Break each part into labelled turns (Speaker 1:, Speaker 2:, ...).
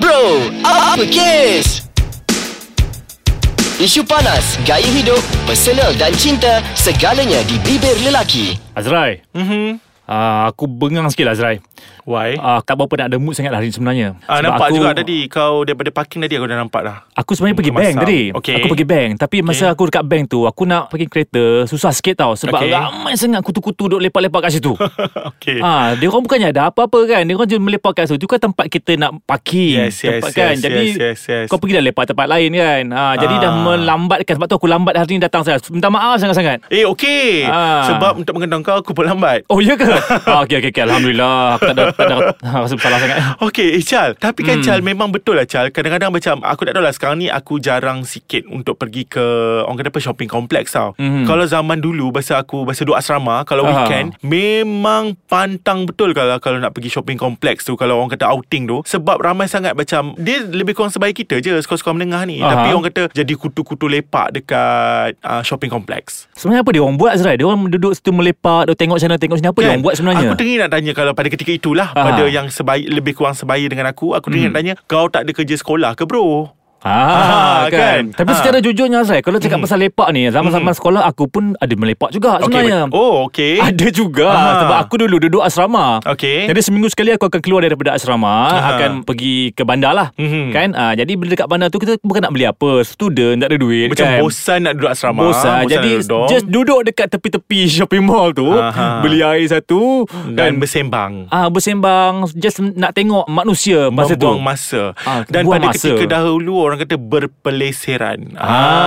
Speaker 1: Bro, apa kes? Isu panas, gaya hidup, personal dan cinta, segalanya di bibir lelaki.
Speaker 2: Azrai
Speaker 3: Mm-hmm.
Speaker 2: uh, Aku bengang sikit lah Azrai
Speaker 3: Why? Uh,
Speaker 2: uh, Tak berapa nak ada mood sangat lah hari ni sebenarnya
Speaker 3: ah,
Speaker 2: Sebab
Speaker 3: nampak
Speaker 2: aku,
Speaker 3: aku, juga tadi kau daripada parking tadi aku dah nampak dah.
Speaker 2: Aku sebenarnya pergi
Speaker 3: Kemasan.
Speaker 2: bank tadi
Speaker 3: Okey.
Speaker 2: Aku pergi bank Tapi okay. masa aku dekat bank tu Aku nak pergi kereta Susah sikit tau Sebab okay.
Speaker 3: Okey.
Speaker 2: ramai sangat kutu-kutu Duk lepak-lepak kat situ
Speaker 3: okay. Uh,
Speaker 2: Ah, dia orang bukannya ada apa-apa kan. Dia orang je melepak kat situ. Itu kan tempat kita nak parking.
Speaker 3: Yes, yes,
Speaker 2: tempat kan.
Speaker 3: yes,
Speaker 2: jadi
Speaker 3: yes, yes, yes.
Speaker 2: kau pergi dah lepak tempat lain kan. Ah, jadi dah
Speaker 3: Ah.
Speaker 2: melambatkan sebab tu aku lambat hari ni datang saya. Minta maaf sangat-sangat.
Speaker 3: eh, okay.
Speaker 2: Ah.
Speaker 3: Uh. Sebab untuk mengenang kau, aku pun lambat.
Speaker 2: Oh ya ke? ah, okey okey okey alhamdulillah. Aku tak ada, tak ada rasa bersalah sangat.
Speaker 3: Okay, eh, Chal. Tapi kan, hmm. Chal, memang betul lah, Chal. Kadang-kadang macam, aku tak tahu lah, sekarang ni aku jarang sikit untuk pergi ke, orang kata apa, shopping complex tau.
Speaker 2: Mhm.
Speaker 3: Hmm. Kalau zaman dulu, bahasa aku, bahasa duduk asrama, kalau
Speaker 2: Ah.
Speaker 3: weekend, memang pantang betul kalau kalau nak pergi shopping complex tu, kalau orang kata outing tu. Sebab ramai sangat macam, dia lebih kurang sebaya kita je, sekolah-sekolah menengah ni.
Speaker 2: Aha.
Speaker 3: Tapi orang kata, jadi kutu-kutu lepak dekat uh, shopping complex.
Speaker 2: Sebenarnya apa dia orang buat Azrai? Dia orang duduk situ melepak, dia tengok sana tengok sini apa dia orang buat sebenarnya?
Speaker 3: Kan? Aku teringat nak tanya Kalau pada ketika itulah
Speaker 2: Ah.
Speaker 3: Pada yang sebaya, lebih kurang sebaya dengan aku Aku
Speaker 2: Hmm.
Speaker 3: teringat nak tanya Kau tak ada kerja sekolah ke bro?
Speaker 2: Ah,
Speaker 3: Ah,
Speaker 2: kan.
Speaker 3: kan?
Speaker 2: Tapi
Speaker 3: Ah.
Speaker 2: secara jujurnya Azrai, kalau cakap pasal lepak ni, zaman-zaman sekolah aku pun ada melepak juga sebenarnya.
Speaker 3: bet- Oh okay
Speaker 2: Ada juga
Speaker 3: Ah.
Speaker 2: Sebab aku dulu duduk asrama
Speaker 3: Okey.
Speaker 2: Jadi seminggu sekali aku akan keluar daripada asrama Akan pergi ke bandar lah
Speaker 3: Mhm.
Speaker 2: Kan ah, Jadi bila dekat bandar tu Kita bukan nak beli apa Student tak ada duit
Speaker 3: Macam
Speaker 2: kan
Speaker 3: bosan nak duduk asrama
Speaker 2: Bosan Jadi
Speaker 3: nak duduk
Speaker 2: just duduk dekat tepi-tepi shopping mall tu
Speaker 3: Aha.
Speaker 2: Beli air satu
Speaker 3: Dan
Speaker 2: Dan,
Speaker 3: bersembang
Speaker 2: ah, bersembang Just nak tengok manusia masa tu
Speaker 3: Membuang masa
Speaker 2: Ah,
Speaker 3: Dan
Speaker 2: buang
Speaker 3: pada
Speaker 2: masa.
Speaker 3: ketika dahulu Orang kata berpeleseran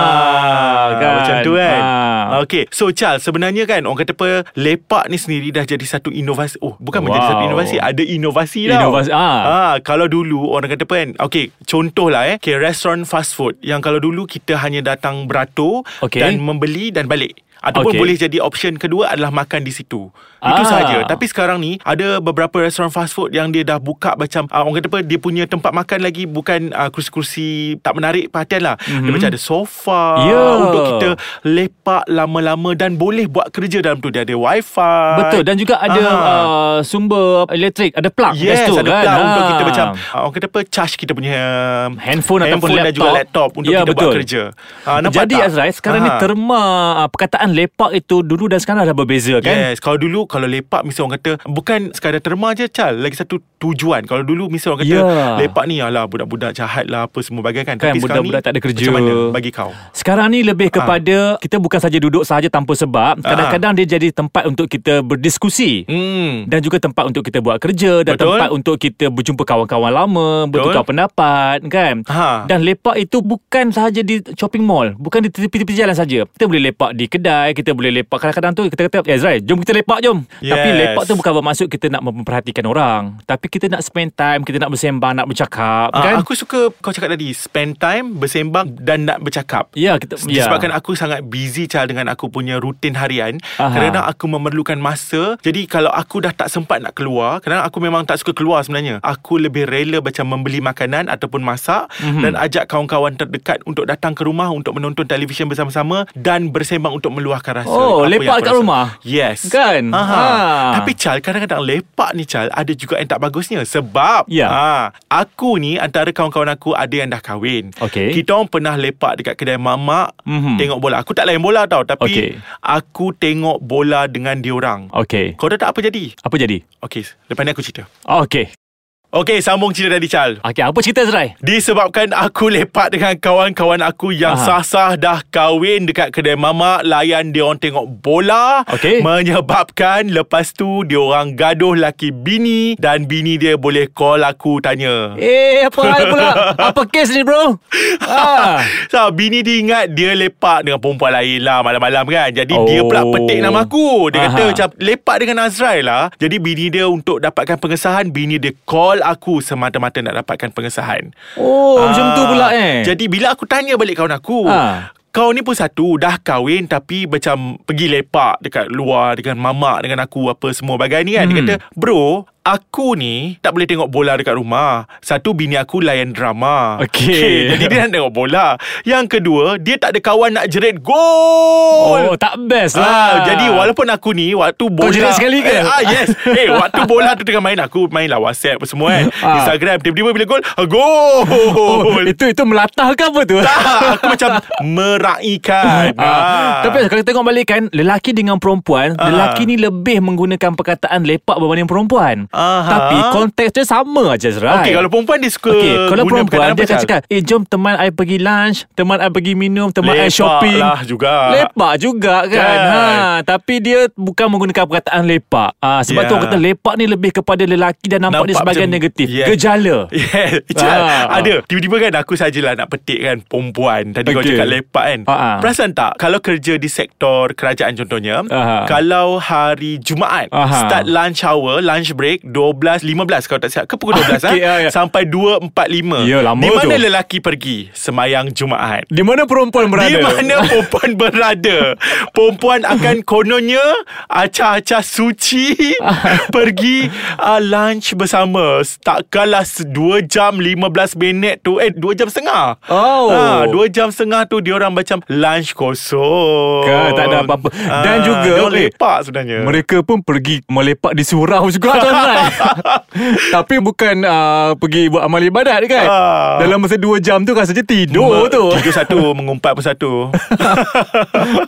Speaker 2: Ah, kan.
Speaker 3: Macam tu kan
Speaker 2: Ah.
Speaker 3: Okay So Charles Sebenarnya kan Orang kata apa Lepak ni sendiri Dah jadi satu inovasi Oh bukan menjadi
Speaker 2: Wow.
Speaker 3: satu inovasi Ada inovasi tau
Speaker 2: Inovasi, ah.
Speaker 3: ah Kalau dulu Orang kata apa kan Okay Contoh lah eh Okay restoran fast food Yang kalau dulu Kita hanya datang beratur
Speaker 2: Okey.
Speaker 3: Dan membeli Dan balik Ataupun
Speaker 2: Okey.
Speaker 3: boleh jadi option kedua adalah makan di situ. Itu
Speaker 2: Ah.
Speaker 3: sahaja. Tapi sekarang ni ada beberapa restoran fast food yang dia dah buka macam uh, orang kata apa dia punya tempat makan lagi bukan uh, kursi-kursi tak menarik perhatian lah.
Speaker 2: Mhm.
Speaker 3: Mm-hmm. Dia macam ada sofa
Speaker 2: Ya.
Speaker 3: Ah, untuk kita lepak lama-lama dan boleh buat kerja dalam tu. Dia ada wifi.
Speaker 2: Betul dan juga ada
Speaker 3: Ah.
Speaker 2: uh, sumber elektrik ada plug
Speaker 3: Yes,
Speaker 2: kat situ, kan?
Speaker 3: ada kan? plug untuk
Speaker 2: Ah.
Speaker 3: kita macam ah, Orang kata apa, charge kita punya um,
Speaker 2: Handphone ataupun
Speaker 3: handphone dan
Speaker 2: laptop.
Speaker 3: juga laptop Untuk
Speaker 2: Ya,
Speaker 3: kita
Speaker 2: betul.
Speaker 3: buat kerja Ah, nampak
Speaker 2: Jadi
Speaker 3: tak?
Speaker 2: Azrai Sekarang ni
Speaker 3: Ah.
Speaker 2: terma uh, Perkataan lepak itu Dulu dan sekarang dah berbeza kan
Speaker 3: Yes, kalau dulu kalau lepak mesti orang kata bukan sekadar terma je Chal, lagi satu tujuan. Kalau dulu mesti orang kata
Speaker 2: Ya.
Speaker 3: lepak ni alah budak-budak jahat lah apa semua bagai kan.
Speaker 2: Kan,
Speaker 3: Tapi sekarang
Speaker 2: budak-budak
Speaker 3: ni,
Speaker 2: tak ada kerja.
Speaker 3: Macam mana bagi kau? Ah.
Speaker 2: Sekarang ni lebih kepada Kita bukan saja duduk saja Tanpa sebab Kadang-kadang dia jadi tempat Untuk kita berdiskusi
Speaker 3: Hmm.
Speaker 2: Dan juga tempat untuk kita buat kerja Dan
Speaker 3: Betul.
Speaker 2: tempat untuk kita berjumpa kawan-kawan lama Bertukar pendapat kan
Speaker 3: Ha.
Speaker 2: Dan lepak itu bukan sahaja di shopping mall Bukan di tepi-tepi jalan saja Kita boleh lepak di kedai Kita boleh lepak Kadang-kadang tu kita kata Eh Zrai jom kita lepak jom
Speaker 3: Yes.
Speaker 2: Tapi lepak tu bukan bermaksud kita nak memperhatikan orang Tapi kita nak spend time Kita nak bersembang Nak bercakap
Speaker 3: Ah,
Speaker 2: kan
Speaker 3: Aku suka kau cakap tadi Spend time Bersembang Dan nak bercakap
Speaker 2: Ya kita ya.
Speaker 3: Disebabkan aku sangat busy Chal Dengan aku punya rutin harian
Speaker 2: Aha.
Speaker 3: Kadang-kadang aku memerlukan masa Jadi kalau aku dah tak sempat nak keluar Kadang-kadang aku memang tak suka keluar sebenarnya Aku lebih rela macam membeli makanan Ataupun masak
Speaker 2: Mhm.
Speaker 3: mm-hmm. Dan ajak kawan-kawan terdekat Untuk datang ke rumah Untuk menonton televisyen bersama-sama Dan bersembang untuk meluahkan rasa
Speaker 2: Oh,
Speaker 3: Apa yang
Speaker 2: lepak
Speaker 3: aku
Speaker 2: dekat
Speaker 3: rasa.
Speaker 2: rumah?
Speaker 3: Yes
Speaker 2: Kan?
Speaker 3: Aha.
Speaker 2: Ha.
Speaker 3: Tapi Chal kadang-kadang lepak ni Chal Ada juga yang tak bagusnya Sebab
Speaker 2: Ya.
Speaker 3: ha, Aku ni antara kawan-kawan aku Ada yang dah kahwin
Speaker 2: Okey.
Speaker 3: Kita kita orang pernah lepak dekat kedai mamak
Speaker 2: Mhm.
Speaker 3: mm-hmm. tengok bola. Aku tak layan bola tau tapi
Speaker 2: Okey.
Speaker 3: okay. aku tengok bola dengan diorang.
Speaker 2: Okay
Speaker 3: Kau dah tak apa jadi?
Speaker 2: Apa jadi?
Speaker 3: Okey, lepas ni aku cerita.
Speaker 2: Okay
Speaker 3: Okey, sambung cerita tadi Chal.
Speaker 2: Okay apa cerita Zrai?
Speaker 3: Disebabkan aku lepak dengan kawan-kawan aku yang
Speaker 2: Aha.
Speaker 3: Aha. sah-sah dah kahwin dekat kedai mamak, layan dia orang tengok bola,
Speaker 2: Okey.
Speaker 3: menyebabkan lepas tu dia orang gaduh laki bini dan bini dia boleh call aku tanya.
Speaker 2: Eh apa hal pula? apa kes ni bro? Ah.
Speaker 3: So bini dia ingat Dia lepak dengan perempuan lain lah Malam-malam kan Jadi oh. dia
Speaker 2: Oh.
Speaker 3: pula petik nama aku Dia Aha. kata
Speaker 2: Aha.
Speaker 3: macam Lepak dengan Azrai lah Jadi bini dia untuk dapatkan pengesahan Bini dia call aku Semata-mata nak dapatkan pengesahan
Speaker 2: Oh macam tu
Speaker 3: Ah,
Speaker 2: pula eh
Speaker 3: Jadi bila aku tanya balik kawan aku
Speaker 2: Ah.
Speaker 3: Kau ni pun satu Dah kahwin Tapi
Speaker 2: Hmm.
Speaker 3: macam Pergi lepak Dekat luar Dengan mamak Dengan aku Apa semua bagai ni kan Dia kata Bro Aku ni tak boleh tengok bola dekat rumah. Satu bini aku layan drama.
Speaker 2: Okey.
Speaker 3: Jadi dia nak tengok bola. Yang kedua, dia tak ada kawan nak jerit gol.
Speaker 2: Oh tak best lah
Speaker 3: Ah, jadi walaupun aku ni waktu bola
Speaker 2: jerit sekali ke?
Speaker 3: Eh, ah yes. Eh waktu bola tu tengah main aku main lah WhatsApp apa semua eh.
Speaker 2: Ah.
Speaker 3: Instagram tiba-tiba bila gol, ah, gol.
Speaker 2: Oh, itu itu melatah ke apa tu?
Speaker 3: Ah, aku macam meraikan.
Speaker 2: Ah. Tapi kalau tengok balik kan Lelaki dengan perempuan
Speaker 3: Ah.
Speaker 2: Lelaki ni lebih menggunakan perkataan lepak berbanding perempuan
Speaker 3: Aha.
Speaker 2: Tapi konteks dia sama aja Zerai
Speaker 3: Okey, kalau perempuan dia suka
Speaker 2: Okey, kalau
Speaker 3: guna
Speaker 2: perempuan dia
Speaker 3: perkataan apa,
Speaker 2: akan
Speaker 3: Chal?
Speaker 2: cakap, "Eh, jom teman I pergi lunch, teman I pergi minum, teman I
Speaker 3: Lepak
Speaker 2: shopping."
Speaker 3: lah juga.
Speaker 2: Lepak juga kan.
Speaker 3: Kan.
Speaker 2: Ha, tapi dia bukan menggunakan perkataan lepak. Ah, sebab
Speaker 3: Ya.
Speaker 2: tu orang kata lepak ni lebih kepada lelaki dan nampak, dia sebagai
Speaker 3: macam-
Speaker 2: negatif.
Speaker 3: Yes.
Speaker 2: Gejala.
Speaker 3: Yeah, Chal,
Speaker 2: Ah.
Speaker 3: ada. Tiba-tiba kan aku sajalah nak petik kan perempuan. Tadi okay. kau
Speaker 2: Okey.
Speaker 3: cakap lepak kan.
Speaker 2: Ah, ah.
Speaker 3: Perasan tak kalau kerja di sektor kerajaan contohnya,
Speaker 2: Ah.
Speaker 3: kalau hari Jumaat
Speaker 2: Ah.
Speaker 3: start lunch hour, lunch break 12.15 kalau tak silap ke pukul 12
Speaker 2: Okey, ah,
Speaker 3: ah,
Speaker 2: ya.
Speaker 3: sampai 2.45.
Speaker 2: Ya, lama
Speaker 3: Di mana
Speaker 2: tu.
Speaker 3: lelaki pergi semayang Jumaat?
Speaker 2: Di mana perempuan berada?
Speaker 3: Di mana perempuan berada Perempuan akan kononnya Acah-acah suci Pergi uh, lunch bersama Takkanlah 2 jam 15 minit tu Eh 2 jam setengah
Speaker 2: Oh.
Speaker 3: ha, 2 jam setengah tu Dia orang macam lunch kosong
Speaker 2: Ke, tak ada apa-apa. Dan
Speaker 3: Ah,
Speaker 2: juga,
Speaker 3: Dia orang
Speaker 2: eh,
Speaker 3: lepak sebenarnya
Speaker 2: Mereka pun pergi melepak di surau juga tuan Rai. Tapi bukan uh, pergi buat amal ibadat kan.
Speaker 3: Ah.
Speaker 2: Dalam masa 2 jam tu rasanya tidur tu.
Speaker 3: Tiga satu Mengumpat pun satu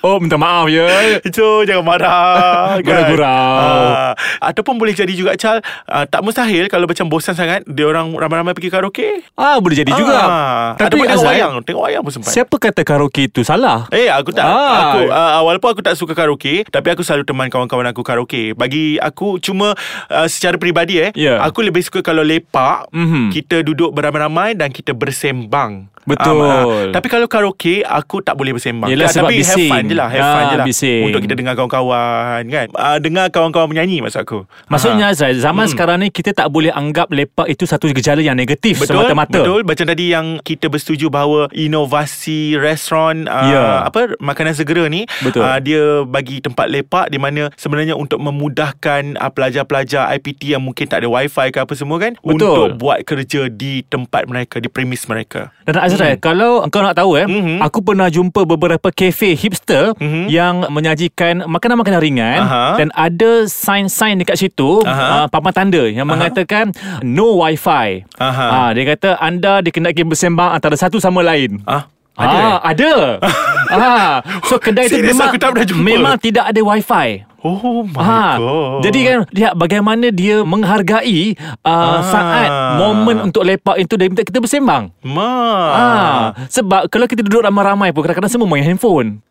Speaker 2: oh minta maaf ya.
Speaker 3: Itu jangan marah kan?
Speaker 2: Gurau-gurau.
Speaker 3: Ah, Ataupun boleh jadi juga Chal ah, Tak mustahil Kalau macam bosan sangat Dia orang ramai-ramai pergi karaoke
Speaker 2: Ah boleh jadi juga.
Speaker 3: Ah,
Speaker 2: Tapi
Speaker 3: Ataupun tengok
Speaker 2: Azrael,
Speaker 3: wayang Tengok wayang pun sempat
Speaker 2: siapa kata karaoke itu salah?
Speaker 3: Eh aku tak
Speaker 2: Ah.
Speaker 3: aku uh, walaupun aku tak suka karaoke tapi aku selalu teman kawan-kawan aku karaoke. Bagi aku cuma uh, secara peribadi eh
Speaker 2: Ya.
Speaker 3: aku lebih suka kalau lepak
Speaker 2: Mhm.
Speaker 3: kita duduk beramai-ramai dan kita bersembang.
Speaker 2: Betul.
Speaker 3: Ah, ah. tapi kalau karaoke aku tak boleh bersembang. Ah,
Speaker 2: Yelah, sebab
Speaker 3: tapi have
Speaker 2: bising.
Speaker 3: fun je lah, have fun
Speaker 2: Ah,
Speaker 3: je lah.
Speaker 2: bising.
Speaker 3: Untuk kita dengar kawan-kawan kan. Uh, dengar kawan-kawan menyanyi maksud aku.
Speaker 2: Maksudnya
Speaker 3: Ah.
Speaker 2: Azrael, zaman sekarang ni kita tak boleh anggap lepak itu satu gejala yang negatif
Speaker 3: Betul,
Speaker 2: semata-mata.
Speaker 3: betul. Macam tadi yang kita bersetuju bahawa inovasi restoran uh,
Speaker 2: Ya.
Speaker 3: apa makanan segera ni
Speaker 2: Betul.
Speaker 3: Uh, dia bagi tempat lepak di mana sebenarnya untuk memudahkan uh, pelajar-pelajar IPT yang mungkin tak ada wifi ke apa semua kan
Speaker 2: Betul.
Speaker 3: untuk buat kerja di tempat mereka di premis mereka.
Speaker 2: Dan Azrael, kalau engkau nak tahu eh,
Speaker 3: Hmm. Mhm.
Speaker 2: aku pernah jumpa beberapa kafe hipster
Speaker 3: Mhm.
Speaker 2: yang menyajikan makanan-makanan ringan
Speaker 3: Aha.
Speaker 2: dan ada sign-sign dekat situ, uh,
Speaker 3: Aha.
Speaker 2: papan tanda yang mengatakan no wifi.
Speaker 3: Aha.
Speaker 2: Ah, dia kata anda dikendaki bersembang antara satu sama lain.
Speaker 3: Ah, ada.
Speaker 2: Ah,
Speaker 3: eh?
Speaker 2: ada. ah, so kedai tu
Speaker 3: Serius,
Speaker 2: memang
Speaker 3: aku tak pernah jumpa.
Speaker 2: memang tidak ada wifi.
Speaker 3: Oh my
Speaker 2: Ha,
Speaker 3: god.
Speaker 2: jadi kan lihat bagaimana dia menghargai uh,
Speaker 3: Ah.
Speaker 2: saat momen untuk lepak itu dan kita bersembang.
Speaker 3: Ma.
Speaker 2: Ah, sebab kalau kita duduk ramai-ramai pun kadang-kadang semua main handphone.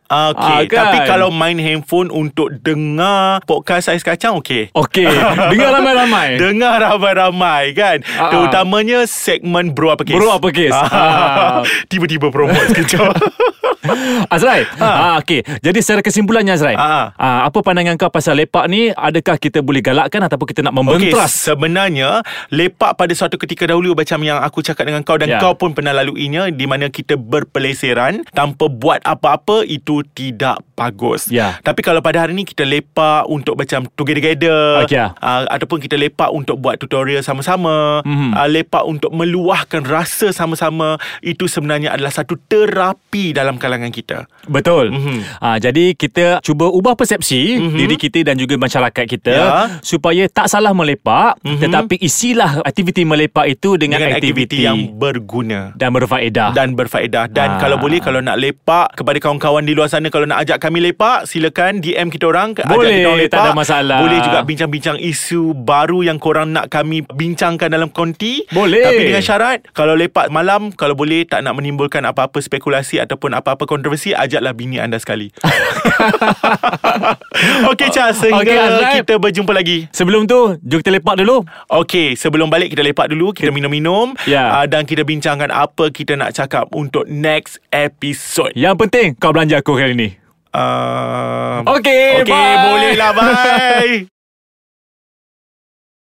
Speaker 2: Ah,
Speaker 3: Okay,
Speaker 2: kan?
Speaker 3: tapi kalau main handphone untuk dengar podcast Ais Kacang, okay.
Speaker 2: Okey, dengar ramai-ramai.
Speaker 3: Dengar ramai-ramai kan
Speaker 2: Ah, ah.
Speaker 3: Terutamanya segmen Bro Apa Kes
Speaker 2: Bro Apa Kes? Ah.
Speaker 3: Ah. Tiba-tiba promote sekejap
Speaker 2: Azrai ha. ha okey jadi secara kesimpulannya Azrai
Speaker 3: Ah.
Speaker 2: ha, apa pandangan kau pasal lepak ni adakah kita boleh galakkan ataupun kita nak
Speaker 3: Okey,
Speaker 2: membentras
Speaker 3: sebenarnya lepak pada suatu ketika dahulu macam yang aku cakap dengan kau dan
Speaker 2: Ya.
Speaker 3: yeah. kau pun pernah laluinya di mana kita berpeleseran tanpa buat apa-apa itu tidak bagus.
Speaker 2: Ya.
Speaker 3: Tapi kalau pada hari ni kita lepak untuk macam together-together
Speaker 2: Okey, ya.
Speaker 3: uh, ataupun kita lepak untuk buat tutorial sama-sama,
Speaker 2: Mhm.
Speaker 3: uh, lepak untuk meluahkan rasa sama-sama itu sebenarnya adalah satu terapi dalam kalangan kita.
Speaker 2: betul
Speaker 3: Mhm.
Speaker 2: ha, jadi kita cuba ubah persepsi
Speaker 3: Mhm.
Speaker 2: diri kita dan juga masyarakat kita
Speaker 3: Ya. Mhm.
Speaker 2: supaya tak salah melepak tetapi isilah aktiviti melepak itu dengan,
Speaker 3: Dengan
Speaker 2: aktiviti
Speaker 3: aktiviti yang berguna.
Speaker 2: dan berfaedah
Speaker 3: dan berfaedah dan
Speaker 2: Ah.
Speaker 3: ha. kalau boleh kalau nak lepak kepada kawan-kawan di luar sana kalau nak ajak kami lepak silakan DM kita orang ajak
Speaker 2: Boleh,
Speaker 3: kita orang lepak
Speaker 2: tak ada masalah.
Speaker 3: boleh juga bincang-bincang isu baru yang korang nak kami bincangkan dalam konti
Speaker 2: Boleh.
Speaker 3: tapi dengan syarat kalau lepak malam kalau boleh tak nak menimbulkan apa-apa spekulasi ataupun apa-apa kontroversi ajaklah bini anda sekali Okey Chas sehingga
Speaker 2: Okey, Azrael.
Speaker 3: kita berjumpa lagi
Speaker 2: sebelum tu jom kita lepak dulu
Speaker 3: Okey, sebelum balik kita lepak dulu, kita minum-minum
Speaker 2: Ya.
Speaker 3: ah, dan kita bincangkan apa kita nak cakap untuk next episode.
Speaker 2: yang penting kau belanja aku kali ni
Speaker 3: Um,
Speaker 2: Okey,
Speaker 3: okay
Speaker 2: bye.
Speaker 3: bolehlah bye.